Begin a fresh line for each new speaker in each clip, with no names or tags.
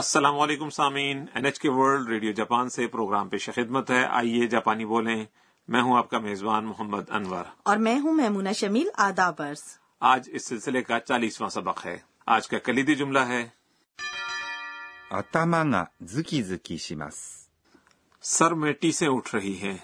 السلام علیکم سامعین N H K world radio Japan سے پروگرام پیش خدمت ہے آئیے جاپانی بولیں میں ہوں آپ کا میزبان محمد انور
اور میں ہوں میمونہ شمیل آدابرس
آج اس سلسلے کا چالیسواں سبق ہے آج کا کلیدی جملہ ہے
頭がズキズキします。
سر میں ٹیسیں اٹھ رہی ہیں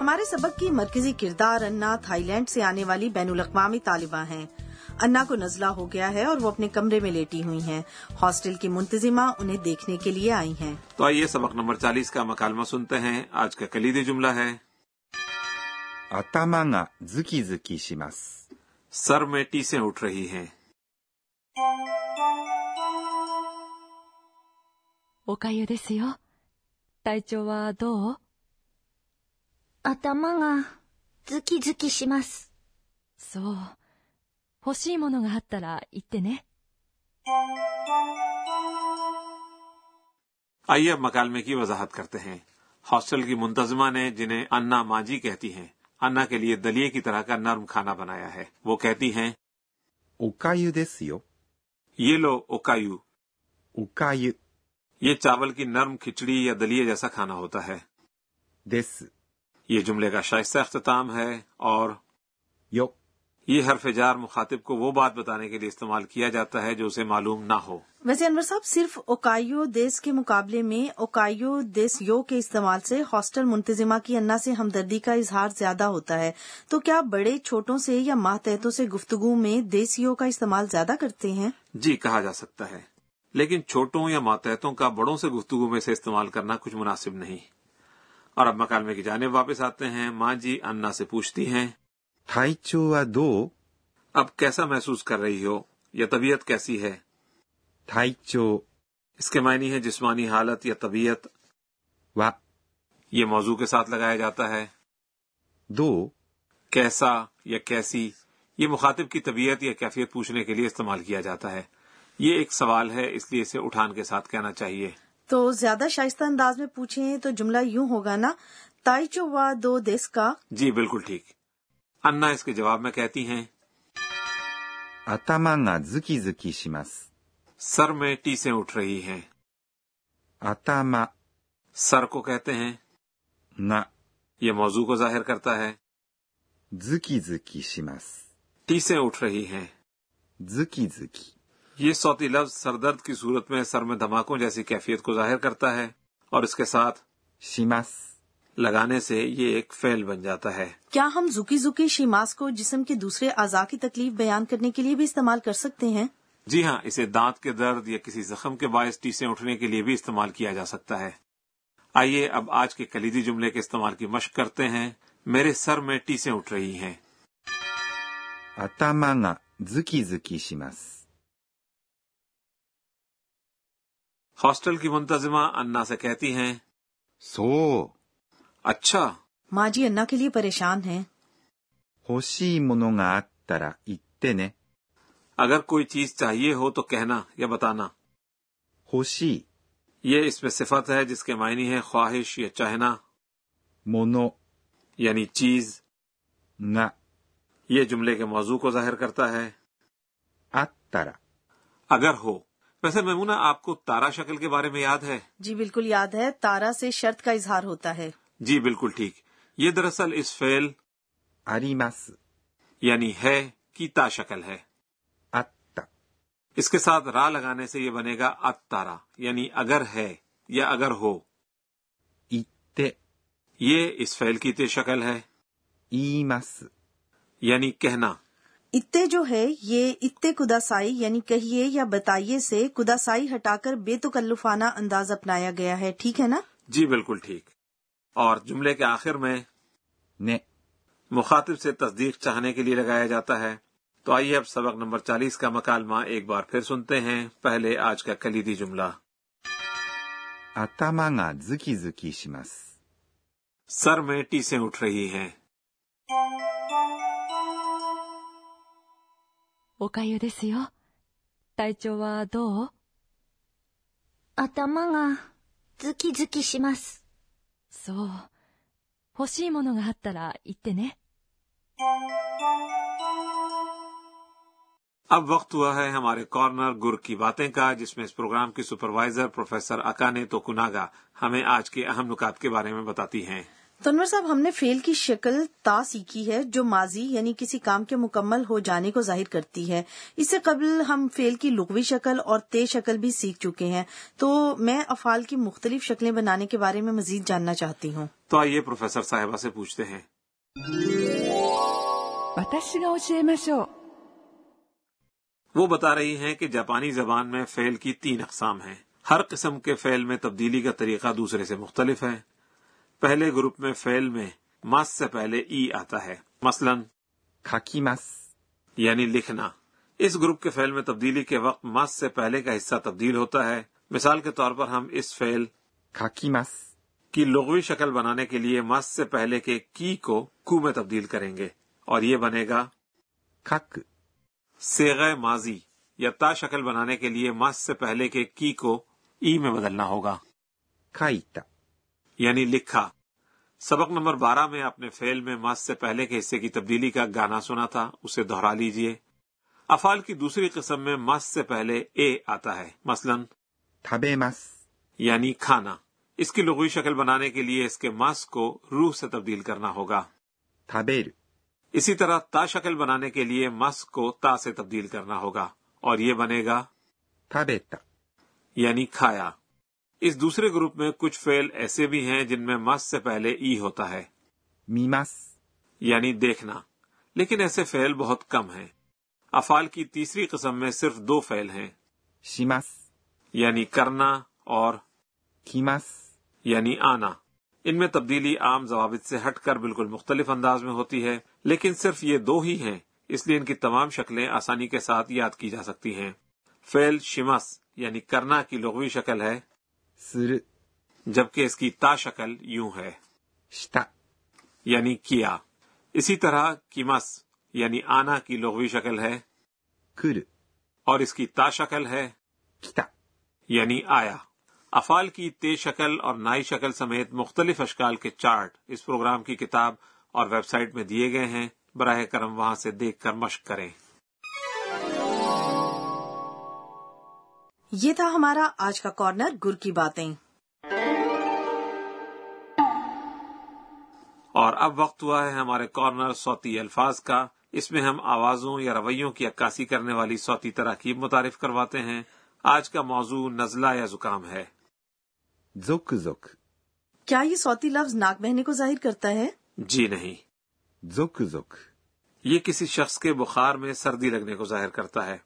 ہمارے سبق کی مرکزی کردار انا تھائی لینڈ سے آنے والی بین الاقوامی طالبہ ہیں انا کو نزلہ ہو گیا ہے اور وہ اپنے کمرے میں لیٹی ہوئی ہیں ہاسٹل کی منتظمہ انہیں دیکھنے کے لیے آئی ہیں
تو آئیے سبق نمبر چالیس کا مکالمہ سنتے ہیں آج کا کلیدی جملہ ہے
頭がズキズキします。
سر میں ٹیسیں اٹھ رہی ہیں
おかゆですよ。体調はどう
頭がズキズキします。
そう。欲しいものがあったら言ってね。
آئیے اب مکالمے کی وضاحت کرتے ہیں ہاسٹل کی منتظمہ نے جنہیں انا ماجی کہتی ہیں انا کے لیے دلیے کی طرح کا نرم کھانا بنایا ہے وہ کہتی ہیں
おかゆですよ。
یہ لو اوکایو
おかゆ
یہ چاول کی نرم کھچڑی یا دلیے جیسا کھانا ہوتا ہے
です。
یہ جملے کا شائستہ اختتام ہے اور
よ。
یہ حرف جار مخاطب کو وہ بات بتانے کے لیے استعمال کیا جاتا ہے جو اسے معلوم نہ ہو
ویسے انور صاحب صرف اوکائیو دیس کے مقابلے میں اوکائیو دیس یو کے استعمال سے ہاسٹل منتظمہ کی انا سے ہمدردی کا اظہار زیادہ ہوتا ہے تو کیا بڑے چھوٹوں سے یا ماتحتوں سے گفتگو میں دیسیو کا استعمال زیادہ کرتے ہیں
جی کہا جا سکتا ہے لیکن چھوٹوں یا ماتحتوں کا بڑوں سے گفتگو میں سے استعمال کرنا کچھ مناسب نہیں اور اب مکالمے کی جانب واپس آتے ہیں ماں جی انا سے پوچھتی ہیں
体調はどう
اب کیسا محسوس کر رہی ہو یا طبیعت کیسی ہے
体調
اس کے معنی ہے جسمانی حالت یا طبیعت
は
یہ موضوع کے ساتھ لگایا جاتا ہے
どう
کیسا یا کیسی یہ مخاطب کی طبیعت یا کیفیت پوچھنے کے لیے استعمال کیا جاتا ہے یہ ایک سوال ہے اس لیے اسے اٹھان کے ساتھ کہنا چاہیے
تو زیادہ شائستہ انداز میں پوچھیں تو جملہ یوں ہوگا نا تائچو وا دو دیس کا
جی بالکل ٹھیک انا اس کے جواب میں کہتی ہیں
頭がズキズキします。
سر میں ٹیسیں اٹھ رہی ہیں
頭
سر کو کہتے ہیں
が
یہ موضوع کو ظاہر کرتا ہے
ズキズキします。
ٹیسیں اٹھ رہی ہیں
ズキズキ。
یہ صوتی لفظ سر درد کی صورت میں سر میں دھماکوں جیسی کیفیت کو ظاہر کرتا ہے اور اس کے ساتھ
します。
لگانے سے یہ ایک فعل بن جاتا ہے
کیا ہم زکی زکی شیماس کو جسم کے دوسرے اعضاء کی تکلیف بیان کرنے کے لیے بھی استعمال کر سکتے ہیں
جی ہاں اسے دانت کے درد یا کسی زخم کے باعث ٹیسیں اٹھنے کے لیے بھی استعمال کیا جا سکتا ہے آئیے اب آج کے کلیدی جملے کے استعمال کی مشق کرتے ہیں میرے سر میں ٹیسیں اٹھ رہی ہیں
頭がズキズキします。
ہاسٹل کی منتظمہ انا سے کہتی ہیں
そ
اچھا
ماں جی انا کے لیے پریشان ہیں
う。欲しいものがあったら言ってね。
اگر کوئی چیز چاہیے ہو تو کہنا یا بتانا
欲しい
یہ اس میں صفت ہے جس کے معنی ہے خواہش یا چاہنا
もの
یعنی چیز
が
یہ جملے کے موضوع کو ظاہر کرتا ہے
あったら
اگر ہو ویسے میمونہ آپ کو تارا شکل کے بارے میں یاد ہے
جی بالکل یاد ہے تارا سے شرط کا اظہار ہوتا ہے
جی بالکل ٹھیک یہ دراصل اس فعل
あります。
یعنی ہے کی تا شکل ہے
あった。
اس کے ساتھ را لگانے سے یہ بنے گا اتارا یعنی اگر ہے یا اگر ہو
言って、
یہ اس فعل کی تے شکل ہے
言います。
یعنی کہنا
اتے جو ہے یہ اتے کداسائی یعنی کہیے یا بتائیے سے کداسائی ہٹا کر بے تکلفانہ انداز اپنایا گیا ہے ٹھیک ہے نا
جی بالکل ٹھیک اور جملے کے آخر میں
ね。
مخاطب سے تصدیق چاہنے کے لیے لگایا جاتا ہے تو آئیے اب سبق نمبر چالیس کا مکالمہ ایک بار پھر سنتے ہیں پہلے آج کا کلیدی جملہ
頭がズキズキします。
سر میں ٹیسیں اٹھ رہی ہیں
おかゆですよ。体調はどう
頭がズキズキします。
そう。欲しいものがあったら言ってね。
اب وقت ہوا ہے ہمارے کارنر گر کی باتیں کا جس میں اس پروگرام کی سپروائزر پروفیسر اکانے توکناگا ہمیں آج کے اہم نکات کے بارے میں بتاتی ہیں
تنور صاحب ہم نے فیل کی شکل تا سیکھی ہے جو ماضی یعنی کسی کام کے مکمل ہو جانے کو ظاہر کرتی ہے اس سے قبل ہم فیل کی لغوی شکل اور تے شکل بھی سیکھ چکے ہیں تو میں افعال کی مختلف شکلیں بنانے کے بارے میں مزید جاننا چاہتی ہوں
تو آئیے پروفیسر صاحبہ سے پوچھتے ہیں
私が教えましょう
وہ بتا رہی ہیں کہ جاپانی زبان میں فعل کی تین اقسام ہیں ہر قسم کے فعل میں تبدیلی کا طریقہ دوسرے سے مختلف ہے پہلے گروپ میں فعل میں مس سے پہلے ای آتا ہے مثلا
書きます。
یعنی لکھنا اس گروپ کے فعل میں تبدیلی کے وقت مس سے پہلے کا حصہ تبدیل ہوتا ہے مثال کے طور پر ہم اس فعل
書きます。
کی لغوی شکل بنانے کے لیے مس سے پہلے کے کی کو کو میں تبدیل کریں گے اور یہ بنے گا
書く。
سیغ ماضی یا تا شکل بنانے کے لیے مس سے پہلے کے کی کو ای میں بدلنا ہوگا
書いた。
یعنی لکھا سبق نمبر بارہ میں آپ نے فعل میں ماس سے پہلے کے حصے کی تبدیلی کا گانا سنا تھا اسے دہرا لیجئے افعال کی دوسری قسم میں ماس سے پہلے اے آتا ہے مثلا
食べます。
یعنی کھانا اس کی لغوی شکل بنانے کے لیے اس کے ماس کو روح سے تبدیل کرنا ہوگا
食べる。
اسی طرح تا شکل بنانے کے لیے مس کو تا سے تبدیل کرنا ہوگا اور یہ بنے گا
食べた。
یعنی کھایا اس دوسرے گروپ میں کچھ فعل ایسے بھی ہیں جن میں مس سے پہلے ای ہوتا ہے
見ます。
یعنی دیکھنا لیکن ایسے فعل بہت کم ہیں افعال کی تیسری قسم میں صرف دو فعل ہیں
します。
یعنی کرنا اور
来ます。
یعنی آنا ان میں تبدیلی عام ضوابط سے ہٹ کر بالکل مختلف انداز میں ہوتی ہے لیکن صرف یہ دو ہی ہیں اس لیے ان کی تمام شکلیں آسانی کے ساتھ یاد کی جا سکتی ہیں فعل شمس یعنی کرنا کی لغوی شکل ہے
する。
جبکہ اس کی تا شکل یوں ہے
した。
یعنی کیا اسی طرح کیمس یعنی آنا کی لغوی شکل ہے
来る。
اور اس کی تا شکل ہے
来た。
یعنی آیا افعال کی تے شکل اور نائی شکل سمیت مختلف اشکال کے چارٹ اس پروگرام کی کتاب اور ویب سائٹ میں دیے گئے ہیں براہ کرم وہاں سے دیکھ کر مشق کریں
یہ تھا ہمارا آج کا کارنر گر کی باتیں
اور اب وقت ہوا ہے ہمارے کارنر صوتی الفاظ کا اس میں ہم آوازوں یا رویوں کی عکاسی کرنے والی صوتی تراکیب متعارف کرواتے ہیں آج کا موضوع نزلہ یا زکام ہے
ゾクゾク。
کیا یہ صوتی لفظ ناک بہنے کو ظاہر کرتا ہے
جی نہیں
ゾクゾク。
یہ کسی شخص کے بخار میں سردی لگنے کو ظاہر کرتا ہے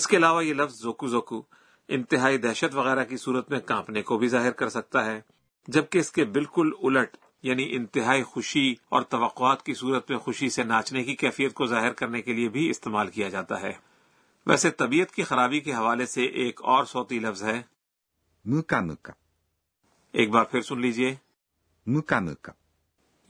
اس کے علاوہ یہ لفظ زوکو زوکو انتہائی دہشت وغیرہ کی صورت میں کانپنے کو بھی ظاہر کر سکتا ہے جبکہ اس کے بالکل الٹ یعنی انتہائی خوشی اور توقعات کی صورت میں خوشی سے ناچنے کی کیفیت کو ظاہر کرنے کے لیے بھی استعمال کیا جاتا ہے ویسے طبیعت کی خرابی کے حوالے سے ایک اور صوتی لفظ ہے
むかむか。
ایک بار پھر سن لیجئے
むかむか。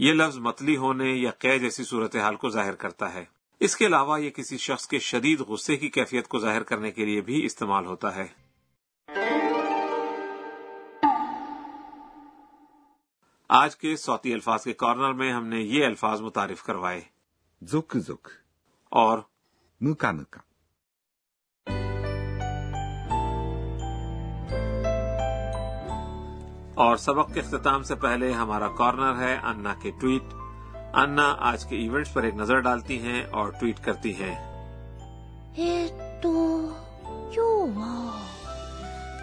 یہ لفظ متلی ہونے یا قے جیسی صورتحال کو ظاہر کرتا ہے اس کے علاوہ یہ کسی شخص کے شدید غصے کی کیفیت کو ظاہر کرنے کے لیے بھی استعمال ہوتا ہے آج کے صوتی الفاظ کے کارنر میں ہم نے یہ الفاظ متعارف کروائے
ゾクゾク。
اور
むかむか。
اور سبق کے اختتام سے پہلے ہمارا کارنر ہے انا کے ٹویٹ انا آج کے ایونٹس پر ایک نظر ڈالتی ہیں اور ٹویٹ کرتی ہیں
えーっと、今日は、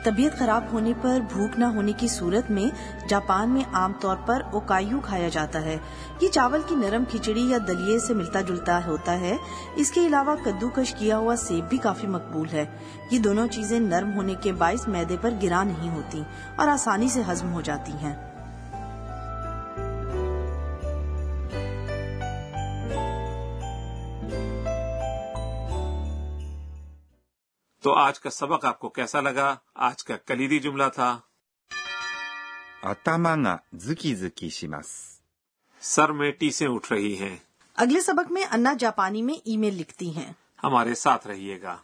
طبیعت خراب ہونے پر بھوک نہ ہونے کی صورت میں جاپان میں عام طور پر اوکایو کھایا جاتا ہے یہ چاول کی نرم کھچڑی یا دلیے سے ملتا جلتا ہوتا ہے اس کے علاوہ کدو کش کیا ہوا سیب بھی کافی مقبول ہے یہ دونوں چیزیں نرم ہونے کے باعث میدے پر گرا نہیں ہوتی اور آسانی سے ہضم ہو جاتی ہیں
تو آج کا سبق آپ کو کیسا لگا آج کا کلیدی جملہ تھا
頭がズキズキします。
سر میں ٹیسیں اٹھ رہی ہیں
اگلے سبق میں انا جاپانی میں ای میل لکھتی ہیں
ہمارے ساتھ رہیے گا